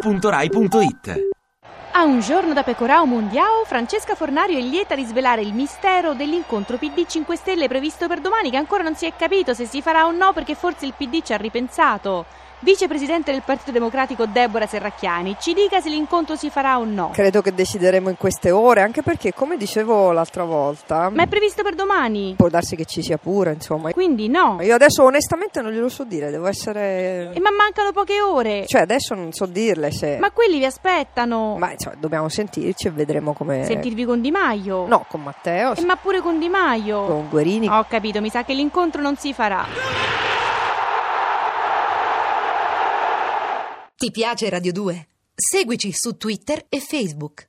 radio2pod.rai.it A un giorno da Pecorao Mondiao, Francesca Fornario è lieta di svelare il mistero dell'incontro PD 5 Stelle previsto per domani, che ancora non si è capito se si farà o no, perché forse il PD ci ha ripensato. Vicepresidente del Partito Democratico Deborah Serracchiani, ci dica se l'incontro si farà o no. Credo che decideremo in queste ore, anche perché, come dicevo l'altra volta, Ma è previsto per domani, può darsi che ci sia pure, insomma. quindi no. Io adesso onestamente non glielo so dire, devo essere... E ma mancano poche ore. Cioè adesso non so dirle se... Ma quelli vi aspettano. Ma insomma, dobbiamo sentirci e vedremo come... Sentirvi con Di Maio. No, con Matteo, E ma pure con Di Maio. con Guerini. Ho capito, mi sa che l'incontro non si farà. Ti piace Radio 2? Seguici su Twitter e Facebook.